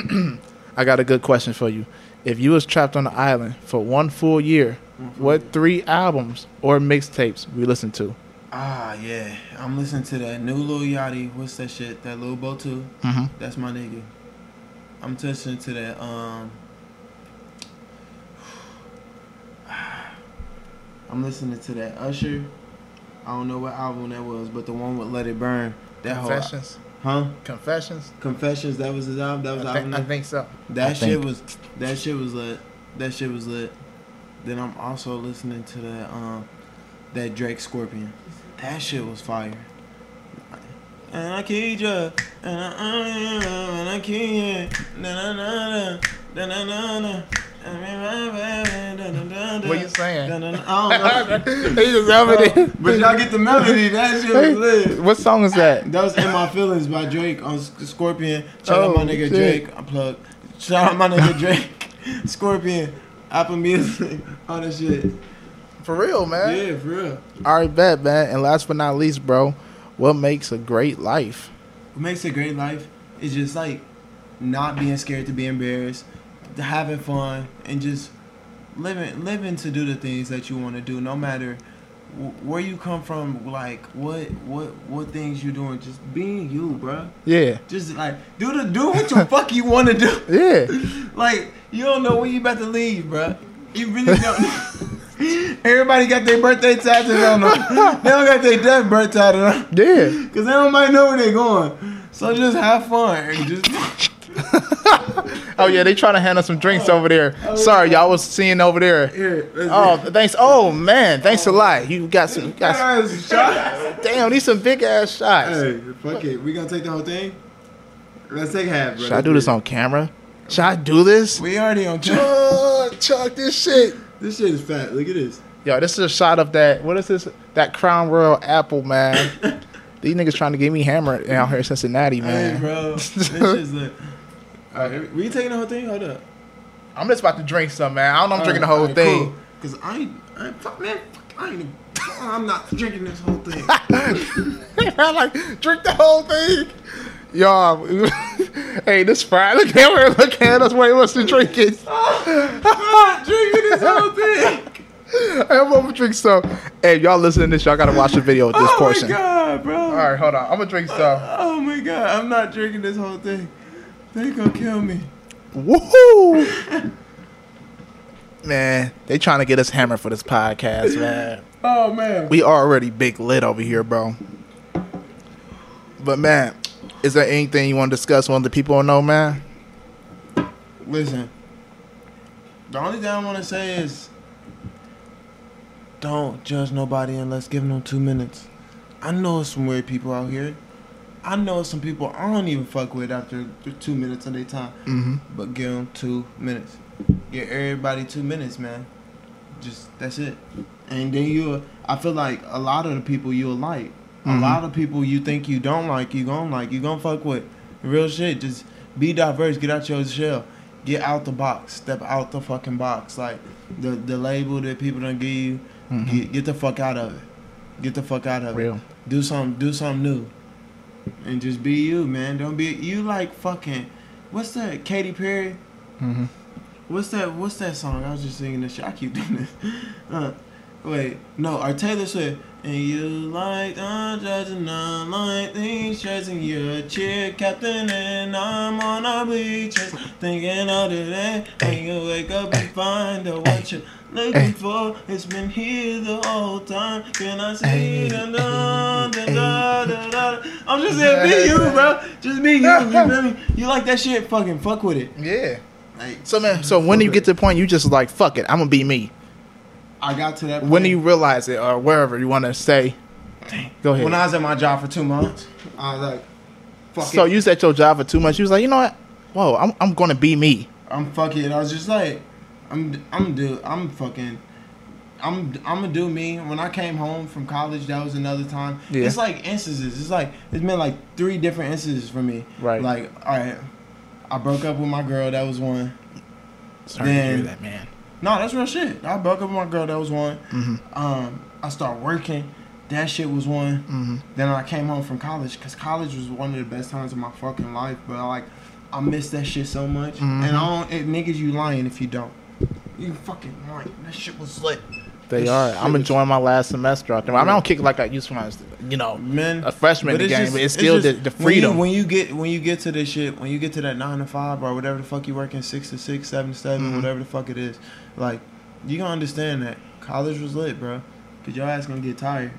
S2: I got a good question for you. If you was trapped on the island for one full year, what three albums or mixtapes we listen to?
S1: Ah, yeah. I'm listening to that new Lil Yachty. What's that shit? That Lil Bo too.
S2: Mm-hmm.
S1: That's my nigga. I'm listening to that. Um, I'm listening to that Usher. I don't know what album that was, but the one with Let It Burn. That whole
S2: Confessions.
S1: huh?
S2: Confessions.
S1: Confessions. That was his album. That was the
S2: I,
S1: album.
S2: think, I
S1: name?
S2: think so.
S1: that
S2: I
S1: shit
S2: think.
S1: was. That shit was lit. That shit was lit. Then I'm also listening to that um, that Drake Scorpion. That shit was fire. And I killed ya, and I own ya, and I killed ya, na na na na, na na na na. I remember, da, da, da, da.
S2: What you saying?
S1: Da, da, da. I don't know.
S2: He just over there.
S1: But y'all get the melody. That shit was lit.
S2: What song is that?
S1: That was In My Feelings by Drake on S- Scorpion. Shout out my
S2: Oh,
S1: nigga
S2: shit.
S1: Drake. I plug. Shout out my nigga Drake. Scorpion. Apple Music. All that shit.
S2: For real, man.
S1: Yeah, for real.
S2: All right, bet, man. And last but not least, bro, what makes a great life?
S1: What makes a great life is just like not being scared to be embarrassed, having fun, and just living living to do the things that you want to do, no matter wh- where you come from, like what what what things you doing, just being you, bruh.
S2: Yeah.
S1: Just like do the do what the fuck you want to do.
S2: Yeah.
S1: Like you don't know when you about to leave, bruh. You really don't. Everybody got their birthday tattoos on them. They don't got their death birth tattoo on.
S2: Yeah.
S1: Cause they don't might know where they're going. So just have fun. and Just
S2: Oh yeah, they trying to hand us some drinks over there. Sorry, y'all was seeing over there.
S1: here. Let's
S2: Oh, thanks. Oh man, thanks a lot. You got some. You
S1: get-
S2: got
S1: Guys, shots.
S2: some damn, these some big ass shots.
S1: Hey, fuck it. We gonna take the whole thing. Let's take half, bro.
S2: Should I do this on camera? Should I do this?
S1: We already on track.
S2: Oh, Chuck, this shit.
S1: this shit is fat. Look at this.
S2: Yo, this is a shot of that. What is this? That Crown Royal apple, man. These niggas trying to get me hammered out here in Cincinnati,
S1: Hey,
S2: man.
S1: bro. This shit's lit. All right, were you taking the whole thing? Hold up.
S2: I'm just about to drink some, man. I don't know. I'm drinking the
S1: All
S2: whole
S1: right,
S2: thing.
S1: cool. Cause I ain't, I ain't, fuck, man, fuck, I ain't, I'm not drinking this whole thing.
S2: I'm like, drink the whole thing. Y'all, hey, this fried. Look at her. Look at us. Wait, what's the drinking?
S1: I'm not drinking this whole thing.
S2: I'm gonna drink some. Hey, y'all listening to this, y'all gotta watch the video of this
S1: oh
S2: portion.
S1: my god, bro.
S2: All right, hold on. I'm gonna drink some.
S1: Oh my god, I'm not drinking this whole thing. They gonna kill me.
S2: Woohoo! Man, they trying to get us hammered for this podcast, man.
S1: Oh man.
S2: We already big lit over here, bro. But man, is there anything you want to discuss? Want the people to know, man?
S1: Listen, the only thing I want to say is don't judge nobody unless giving them two minutes. I know some weird people out here. I know some people I don't even fuck with after th- two minutes of their time.
S2: Mm-hmm.
S1: But give them two minutes. Give everybody two minutes, man. Just, that's it. And then you, I feel like a lot of the people you'll like, a
S2: Mhm.
S1: lot of people you think you don't like, you gonna like, you gonna fuck with. Real shit. Just be diverse. Get out your shell. Get out the box. Step out the fucking box. Like the the label that people don't give you, get, get the fuck out of it. Get the fuck out of it.
S2: Mm-hmm. Real.
S1: Do something. Do something new. And just be you, man. Don't be you like fucking. What's that? Katy Perry.
S2: Mm-hmm.
S1: What's that? What's that song? I was just singing this shit. I keep doing this. Uh, wait, no, or Taylor Swift. And you like I'm judging, I'm like these chasing You're a cheer captain, and I'm on our bleachers thinking of the day. When you wake up and find out what you're looking for, it's been here the whole time. Can I see the da da da da da? I'm just saying, be you, bro. Just be you. You feel me? You like that shit? Fucking fuck with it.
S2: Yeah.
S1: Like,
S2: So man, so when do you get to the point you just like fuck it, I'm gonna be me?
S1: I got to that. Point.
S2: When do you realize it or wherever you want to say? Go ahead.
S1: When I was at my job for two months, I was like, "Fuck
S2: so
S1: it,
S2: you was at your job for two months. You was like, you know what? Whoa, I'm I'm gonna be me.
S1: I'm fuck it." I was just like, "I'm, I'm do, I'm fucking, I'm, I'm gonna do me." When I came home from college, that was another time.
S2: Yeah.
S1: It's like instances. It's like it's been like three different instances for me.
S2: Right.
S1: Like, all right, I broke up with my girl. That was one.
S2: Sorry to hear
S1: Then-
S2: that, man.
S1: No, that's real shit. I broke up with my girl. That was one.
S2: Mhm.
S1: Um, I started working. That shit was one.
S2: Mhm.
S1: Then I came home from college because college was one of the best times of my fucking life. But I, like, I miss that shit so much.
S2: Mm-hmm.
S1: And I don't, it, niggas, you lying if you don't. You fucking lying. That shit was lit.
S2: They
S1: This
S2: are.
S1: shit
S2: I'm
S1: was-
S2: enjoying my last semester out there. I, mean, I don't kick like I used to when I was, you know,
S1: man.
S2: a freshman in the game, but it's still
S1: just-
S2: the, the
S1: when you-
S2: freedom.
S1: When you, get when you get to this shit, when you get to that nine to five or whatever the fuck you working six to six, seven to 7
S2: Mhm.
S1: whatever the fuck it is, like you gonna understand that college was lit, bro. Cause your ass gonna get tired.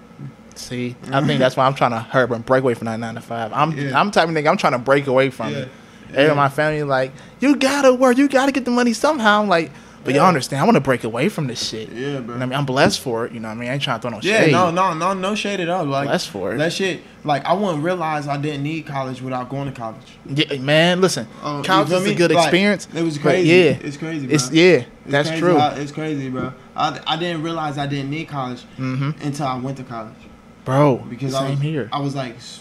S2: See, I think that's why I'm trying to hurt and break away from that nine to five. I'm
S1: Yeah.
S2: I'm the type of nigga. I'm trying to break away from it. Everyone in my family like, you gotta work, you gotta get the money somehow. I'm like, but y'all
S1: Yeah.
S2: understand, I want to break away from this shit.
S1: Yeah, bro.
S2: You know what I mean, I'm blessed for it. You know what I mean? I ain't trying to throw no
S1: yeah,
S2: shade.
S1: no, no, no, no shade at all. Like
S2: Blessed for it.
S1: That shit, like I wouldn't realize I didn't need college without going to college.
S2: Yeah, man, listen,
S1: Um, you
S2: college
S1: feel
S2: is Oh, a
S1: me?
S2: good
S1: Like,
S2: experience.
S1: It was
S2: but
S1: crazy.
S2: Yeah,
S1: it's crazy. Bro.
S2: it's yeah,
S1: It's
S2: that's
S1: crazy
S2: true.
S1: how- it's crazy, bro. I, I didn't realize I didn't need college
S2: hmm
S1: until I went to college.
S2: Bro,
S1: because
S2: same
S1: I was,
S2: here.
S1: I was like, s-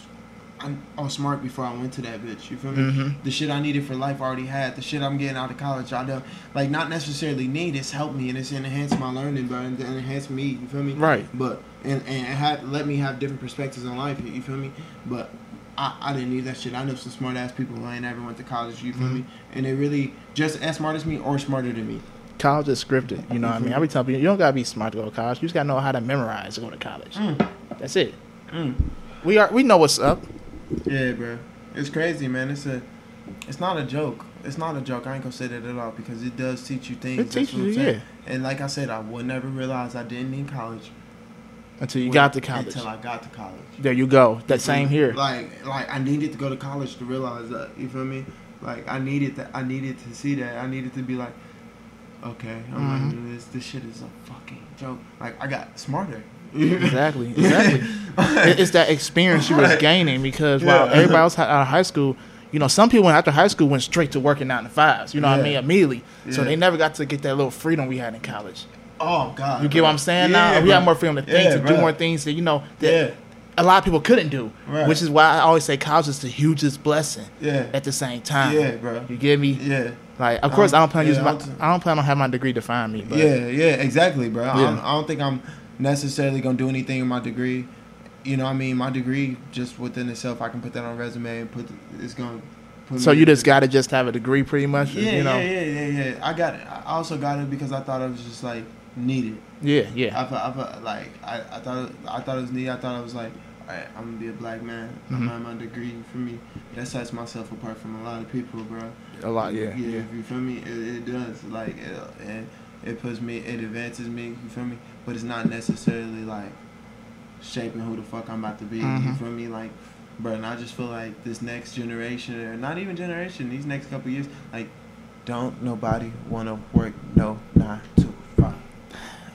S1: I'm, I was smart before I went to that bitch. You feel me?
S2: Mhm.
S1: The shit I needed for life I already had. The shit I'm getting out of college, I don't like not necessarily need. It's helped me and it's enhanced my learning, bro, and and enhanced me. You feel me?
S2: Right.
S1: But and and it had, let me have different perspectives on life. You feel me? But I, I didn't need that shit. I know some smart ass people who ain't ever went to college. You feel
S2: Mm-hmm.
S1: me? And they really just as smart as me or smarter than me.
S2: college is scripted. You know what I mean? I be telling people, you don't gotta be smart to go to college. You just gotta know how to memorize to go to college.
S1: Mm.
S2: That's it.
S1: Mm.
S2: We are. We know what's up.
S1: Yeah, bro. It's crazy, man. It's a, it's not a joke. It's not a joke. I ain't gonna say that at all because it does teach you things.
S2: It
S1: That's
S2: teaches
S1: what I'm
S2: you,
S1: saying.
S2: yeah.
S1: And like I said, I would never realize I didn't need college.
S2: Until you
S1: when-
S2: got to college.
S1: Until I got to college.
S2: There you go. That same here.
S1: Like, like I needed to go to college to realize that. You feel me? Like I needed that. I needed to see that. I needed to be like, okay, I'm
S2: Mhm.
S1: not doing this. This shit is a fucking joke. Like I got smarter.
S2: Exactly. Exactly. It- it's that experience you was
S1: Right.
S2: gaining because
S1: Yeah.
S2: while everybody else out of high school, You know, some people went after high school went straight to working nine to fives. You know what I
S1: Yeah.
S2: mean? Immediately, so
S1: Yeah.
S2: they never got to get that little freedom we had in college.
S1: Oh God.
S2: You get what I'm saying? now we
S1: bro.
S2: have more freedom to think,
S1: Yeah,
S2: to do
S1: bro.
S2: more things that you know that
S1: Yeah.
S2: a lot of people couldn't do.
S1: Right.
S2: Which is why I always say college is the hugest blessing.
S1: Yeah.
S2: At the same time.
S1: Yeah, bro.
S2: You get me?
S1: Yeah.
S2: Like, of course, I don't plan to
S1: Yeah,
S2: use my,
S1: I'll t-
S2: I don't plan on having my degree define me. But
S1: yeah, yeah, exactly, bro. I,
S2: Yeah.
S1: don't, I don't think I'm necessarily gonna do anything in my degree. You know, what I mean, my degree just within itself, I can put that on resume and put it's gonna. Put
S2: So
S1: me-
S2: you just got to just have a degree, pretty much.
S1: Yeah,
S2: you know.
S1: yeah, yeah, yeah, yeah. I got it. I also got it because I thought it was just like needed.
S2: yeah, yeah.
S1: I felt, I felt like I, I thought it, I thought it was neat. I thought I was like, all right, I'm gonna be a black man.
S2: Mhm.
S1: I'm gonna have my degree for me. That sets myself apart from a lot of people, bro.
S2: A lot. Yeah.
S1: yeah. If you feel me, it, it does. Like, it, and it puts me, it advances me. You feel me? But it's not necessarily like shaping who the fuck I'm about to be. You
S2: Mhm.
S1: feel me? Like, bro, and I just feel like this next generation, or not even generation, these next couple years, like, don't nobody want to work no nine to five.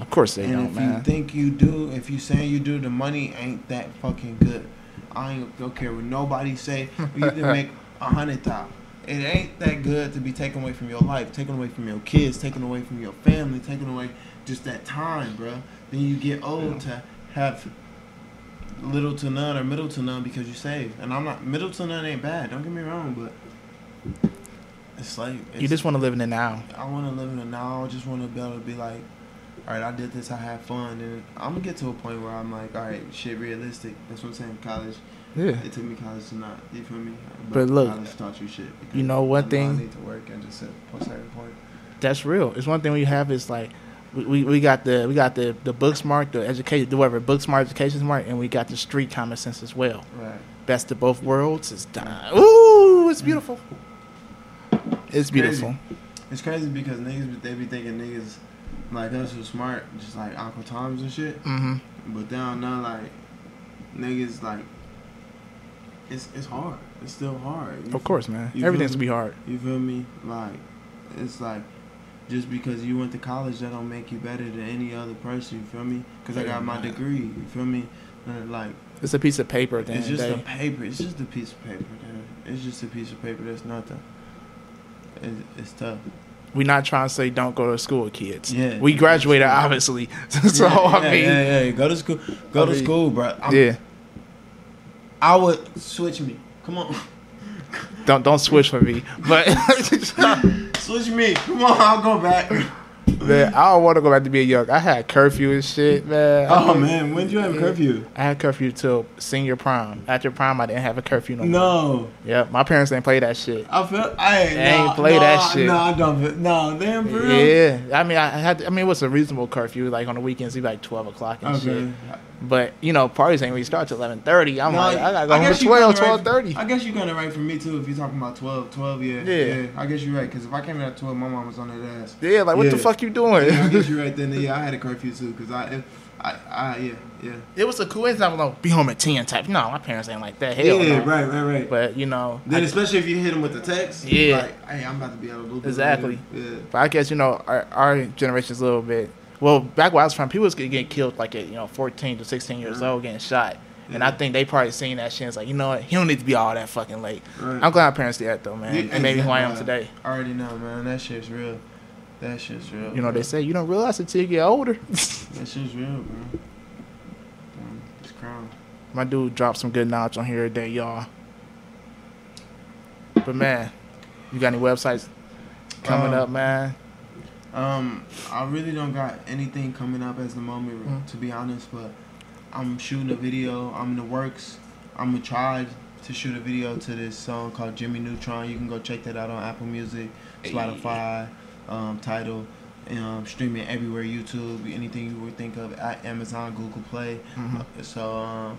S2: Of course they
S1: And
S2: don't,
S1: if you
S2: man.
S1: think you do, if you saying you do, the money ain't that fucking good. I ain't don't care what nobody say. You can make a hundred thousand. It ain't that good to be taken away from your life, taken away from your kids, taken away from your family, taken away just that time, bruh. Then you get old to have little to none or middle to none because you save. And I'm not middle to none ain't bad. Don't get me wrong, but it's like
S2: you
S1: it's-
S2: just want to live in the now.
S1: I want to live in the now. I just want to be able to be like, all right, I did this. I had fun, and I'm gonna get to a point where I'm like, all right, shit, realistic. That's what I'm saying. College.
S2: Yeah.
S1: It took me college to not. You feel me?
S2: But look,
S1: college taught you shit. because
S2: you know one
S1: I
S2: thing-
S1: I need to work and just at a certain point.
S2: That's real. It's one thing we have is like. We, we, we got the we got the the book smart the education the whatever book smart education smart and we got the street common sense as well.
S1: Right.
S2: Best of both worlds is done. Ooh, it's beautiful. It's beautiful.
S1: It's crazy because niggas they be thinking niggas like us who smart, just like Uncle Tom's and shit.
S2: Mm-hmm.
S1: But they don't know like niggas like. It's it's hard. It's still hard. You
S2: Of course, man.
S1: You
S2: Everything's
S1: feel
S2: gonna be hard.
S1: You feel me? Like, it's like, just because you went to college, that don't make you better than any other person. You feel me? Because I got my degree. You feel me? And like,
S2: It's a piece of paper. At the
S1: it's
S2: end of
S1: just
S2: the
S1: a
S2: day.
S1: paper. It's just a piece of paper. Dude. It's just a piece of paper. That's nothing. It's, it's tough.
S2: We're not trying to say don't go to school, kids.
S1: Yeah.
S2: We graduated, obviously. so
S1: yeah,
S2: I
S1: yeah,
S2: mean, yeah,
S1: yeah, yeah. go to school. Go
S2: I
S1: to
S2: mean-
S1: school, bro. I'm, I would switch me. Come on,
S2: Don't don't switch for me. But man,
S1: switch me. Come on, I'll go back.
S2: I don't want to go back to being young. I had curfew and shit, man.
S1: Oh man, when did you have curfew?
S2: I had curfew till senior prom. After prom, I didn't have a curfew no. more.
S1: No.
S2: Yeah, my parents didn't play that shit.
S1: I feel I ain't,
S2: They ain't
S1: nah,
S2: play
S1: nah,
S2: that shit.
S1: Nah, I don't. feel- Nah, damn for real.
S2: Yeah, I mean, I had. To, I mean, what's a reasonable curfew? Like on the weekends, it'd be like twelve o'clock and
S1: Okay.
S2: shit. But you know, parties ain't really start till eleven thirty. I'm
S1: Nah,
S2: like, I gotta go home
S1: guess
S2: at
S1: you kinda
S2: 12,
S1: right-
S2: 12.30.
S1: I guess you're kind of right for me too. If you're talking about 12, 12, yeah,
S2: Yeah.
S1: yeah. I guess you're right because if I came in at 12, my mom was on that ass.
S2: Yeah, like what the
S1: Yeah.
S2: fuck you doing?
S1: Yeah, I guess you're right then. Yeah, I had a curfew too because I, if, I, I, yeah, yeah,
S2: it was a coincidence. I was like, be home at ten type. No, my parents ain't like that. Hell
S1: yeah,
S2: no.
S1: right, right, right.
S2: But you know, I,
S1: then especially if you hit him with the text,
S2: Yeah.
S1: like, hey, I'm about to be out a little bit.
S2: Exactly.
S1: later.
S2: but I guess you know our, our generation's a little bit. Well, back where I was from, people was getting killed like at you know fourteen to sixteen years old, getting shot. And I think they probably seen that shit. And it's like, you know what? He don't need to be all that fucking late.
S1: Right.
S2: I'm glad my parents did that though, man.
S1: Yeah,
S2: and maybe who I am
S1: exactly.
S2: today.
S1: I already know, man. That shit's real. That shit's real.
S2: You know,
S1: bro.
S2: they say you don't realize it till you get older.
S1: That shit's real, bro. Damn, it's crown.
S2: my dude dropped some good knowledge on here today, y'all. But man, you got any websites coming
S1: Um,
S2: up, man?
S1: Um, I really don't got anything coming up as the moment,
S2: Mm.
S1: to be honest. But I'm shooting a video. I'm in the works. I'm gonna try to shoot a video to this song called Jimmy Neutron. You can go check that out on Apple Music, Spotify, um, Title, um, streaming everywhere, YouTube, anything you would think of, at Amazon, Google Play.
S2: Mhm.
S1: So. Um,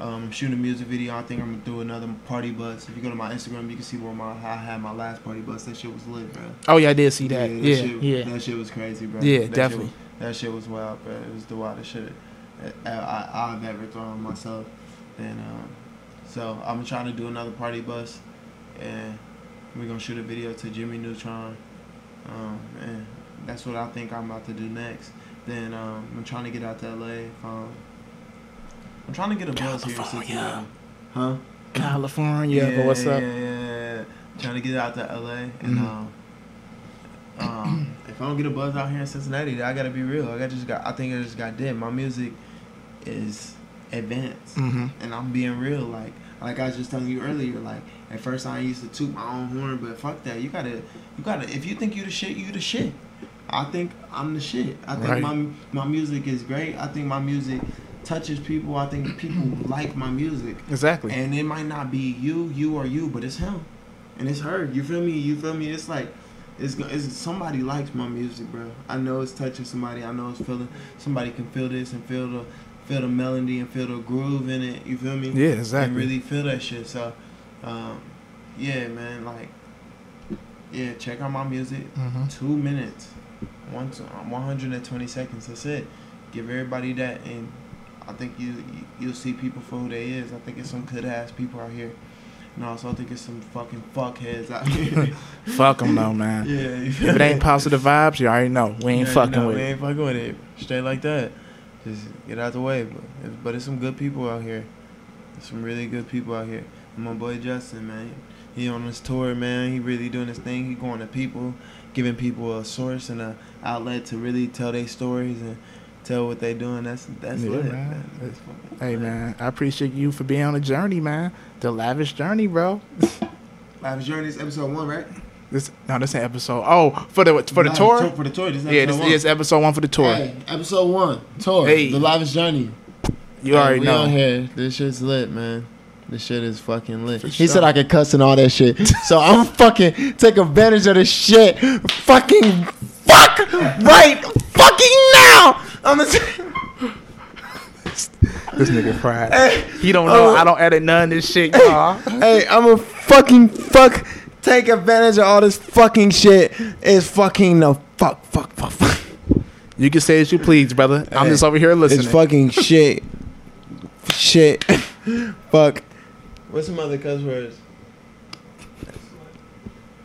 S1: um, I'm shooting a music video. I think I'm gonna do another party bus. If you go to my Instagram, you can see where my how I had my last party bus. That shit was lit, bro.
S2: Oh yeah, I did see that. Yeah, yeah.
S1: Shit, That shit was crazy, bro.
S2: Yeah,
S1: That shit
S2: definitely.
S1: was- that shit was wild, bro. It was the wildest shit I, I, I've ever thrown myself. And um, so I'm trying to do another party bus, and we're gonna shoot a video to Jimmy Neutron, um, and that's what I think I'm about to do next. Then um, I'm trying to get out to LA. If, um, I'm trying to get a buzz here in
S2: California.
S1: Cincinnati. Huh?
S2: California, but what's up? Mm-hmm.
S1: Yeah, yeah, trying to get out to LA. And um, um, if I don't get a buzz out here in Cincinnati, then I gotta be real. I got just got. I think I just got dead. My music is advanced,
S2: Mhm.
S1: and I'm being real. Like like I was just telling you earlier. Like at first I used to toot my own horn, but fuck that. You gotta you gotta. If you think you the shit, you the shit. I think I'm the shit. I think
S2: Right.
S1: my my music is great. I think my music touches people. I think people like my music.
S2: Exactly.
S1: And it might not be you, you or you, but it's him, and it's her. You feel me? You feel me? It's like, it's, go- it's somebody likes my music, bro. I know it's touching somebody. I know it's feeling. Somebody can feel this and feel the feel the melody and feel the groove in it. You feel me?
S2: yeah, exactly.
S1: And really feel that shit. So, um, yeah, man. Like, yeah. Check out my music.
S2: hmm
S1: Two minutes, one um, one hundred and twenty seconds. That's it. Give everybody that, and I think you you- you'll see people for who they is. I think it's some good ass people out here, and I also think it's some fucking fuckheads out here.
S2: Fuck them though, man.
S1: yeah, you
S2: If it ain't positive vibes, you already know we ain't
S1: Yeah,
S2: fucking
S1: no,
S2: with
S1: We
S2: it.
S1: ain't fucking with it. Straight like that. Just get out the way. But it's, but it's some good people out here. There's some really good people out here. And my boy Justin, man. He on his tour, man. He really doing his thing. He going to people, giving people a source and a outlet to really tell their stories and tell what they doing. That's that's
S2: Yeah,
S1: lit,
S2: man.
S1: man. That's fucking
S2: Hey
S1: lit.
S2: man, I appreciate you for being on the journey, man. The lavish journey, bro.
S1: Live Journeys episode one, right?
S2: This no, this ain't episode. Oh, for the for the
S1: Live
S2: tour.
S1: For the tour. This is
S2: yeah,
S1: episode
S2: this
S1: one.
S2: is episode one for the tour.
S1: Hey, episode one, tour,
S2: Hey.
S1: the Lavish Journey.
S2: you
S1: Hey,
S2: already
S1: we
S2: know.
S1: out here. This shit's lit, man. This shit is fucking lit.
S2: For
S1: he
S2: sure.
S1: said I could cuss and all that shit. so I'm fucking take advantage of this shit. Fucking fuck right fucking now. I'm gonna
S2: This nigga fried. he don't know.
S1: oh.
S2: I don't edit none of this shit, y'all.
S1: Hey, I'm a fucking fuck take advantage of all this fucking shit. It's fucking no fuck fuck fuck fuck.
S2: You can say as you please, brother. I'm
S1: Hey,
S2: just over here listening.
S1: It's fucking shit. shit. Fuck. What's some other cuss words?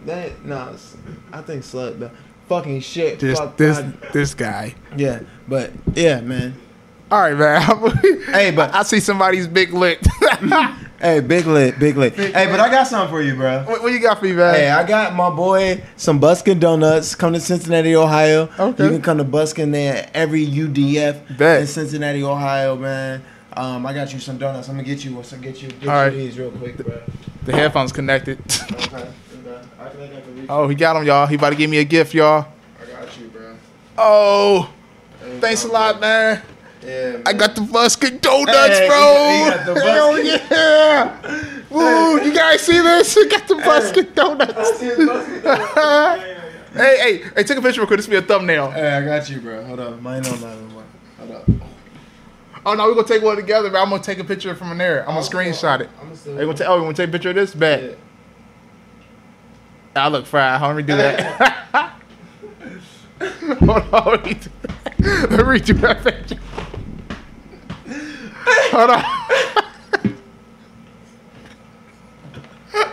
S1: That no, it's- I think slut. But fucking shit.
S2: this
S1: fuck
S2: this
S1: God.
S2: this guy.
S1: Yeah, but yeah, man.
S2: All right, man.
S1: Hey, but-
S2: I see somebody's big lip.
S1: Hey, big lit, big lit. hey, but I got something for you, bro.
S2: what, what you got for me, man?
S1: Hey, I got my boy some Buskin Donuts. Come to Cincinnati, Ohio.
S2: Okay.
S1: You can come to Buskin there every UDF
S2: Bet.
S1: in Cincinnati, Ohio, man. Um, I got you some donuts. I'm gonna get you. So get you, get you
S2: All right.
S1: these real quick, bro.
S2: the headphones connected.
S1: Okay. okay. I feel like I can reach.
S2: oh, he got him, y'all. He about to give me a gift, y'all.
S1: I got you, bro.
S2: Oh,
S1: There you
S2: thanks a
S1: go,
S2: lot,
S1: bro.
S2: man.
S1: Yeah. Man.
S2: I got the Buskin donuts,
S1: Hey, he got- he
S2: bro.
S1: got the
S2: Hell
S1: Buskin.
S2: yeah! Woo! You guys see this? We got the Buskin donuts.
S1: Hey, I
S2: hey, hey, hey! Take a picture real quick. This will be a thumbnail.
S1: got you, bro. Hold up. Mine don't matter anymore. Hold up.
S2: Oh no, we're gonna take one together, but I'm gonna take a picture from there. I'm gonna screenshot it.
S1: I'm
S2: Hey,
S1: still.
S2: you gonna ta- oh, you wanna take a picture of this? Bet.
S1: Yeah.
S2: I look fried. Hold on, let me do that. Hold on, let me do that. Let me do that picture. Hold on.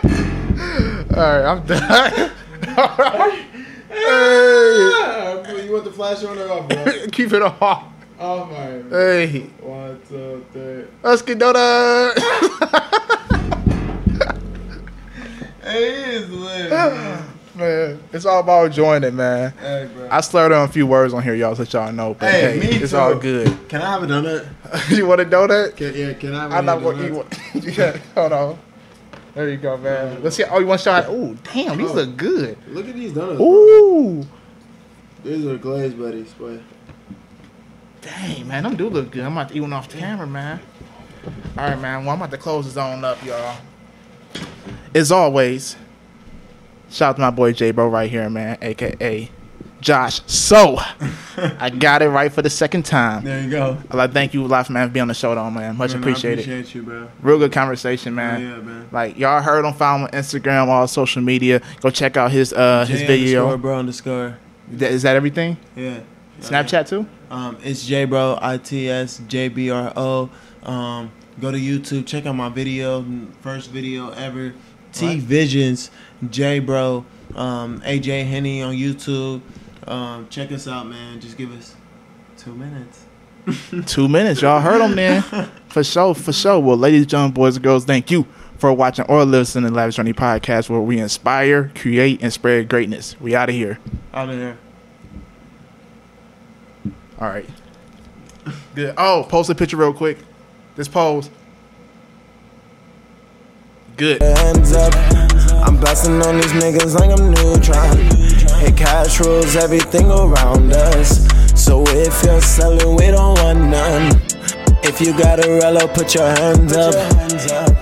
S2: All right, I'm done. All right.
S1: Ah, bro, you want the flash on or off, bro?
S2: Hey, keep it off.
S1: Oh my.
S2: Hey,
S1: One, two, three.
S2: let's get donuts.
S1: Hey, he is lit, man.
S2: man, it's all about enjoying it, man.
S1: Hey, bro.
S2: I slurred on a few words on here, y'all, so y'all know. But
S1: Hey,
S2: hey,
S1: me
S2: it's all
S1: too.
S2: good.
S1: can I have a donut?
S2: you want a donut?
S1: Can, yeah, can I have a
S2: I'm not
S1: donut?
S2: going to eat one. yeah, hold on. There you go, man. Let's see. Oh, you want shot? Ooh, damn, these
S1: Oh.
S2: look good.
S1: Look at these donuts. bro.
S2: Ooh,
S1: These are glazed buddies, boy.
S2: dang, man, them do look good. I'm about to eat one off the camera, man. All right, man. Well, I'm about to close this on up, y'all. As always, shout out to my boy J Bro right here, man, aka Josh. So, I got it right for the second time.
S1: There you go.
S2: I like thank you, Life Man, for being on the show, though, man. Much
S1: Man, I
S2: appreciated.
S1: Appreciate you, bro.
S2: Real good conversation, man.
S1: Yeah, man.
S2: Like y'all heard him, follow him on Instagram, all social media. Go check out his uh his
S1: J
S2: video.
S1: underscore Bro underscore.
S2: Th- Is that everything?
S1: Yeah.
S2: Snapchat too.
S1: Um, it's J Bro I T S J B R O. Um, go to YouTube, check out my video, first video ever. T Visions, J Bro, um, AJ Henny on YouTube. Um, check us out, man. Just give us two minutes.
S2: Two minutes, y'all heard him, man. for sure, for sure. Well, ladies, gentlemen, boys, and girls, thank you for watching or listening to Lavish Journey Podcast, where we inspire, create, and spread greatness. We out of here.
S4: Out of here.
S2: All right. Good. Oh, post a picture real quick. This pose. Good.
S1: hands up. I'm blasting on these niggas like I'm neutron. Hey, cash rules everything around us. So if you're selling, we don't want none. If you got a relo, put your hands up.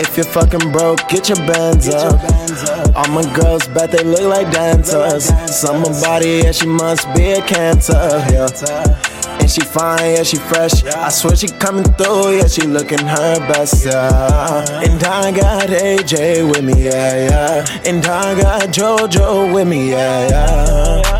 S1: If you're fucking broke, get your bands up. All my girls bet they look like dancers. Summer body, yeah, she must be a cancer. Yeah. And she fine, yeah, she fresh. I swear she coming through, yeah, she looking her best, yeah. And I got AJ with me, yeah, yeah. And I got JoJo with me, yeah, yeah.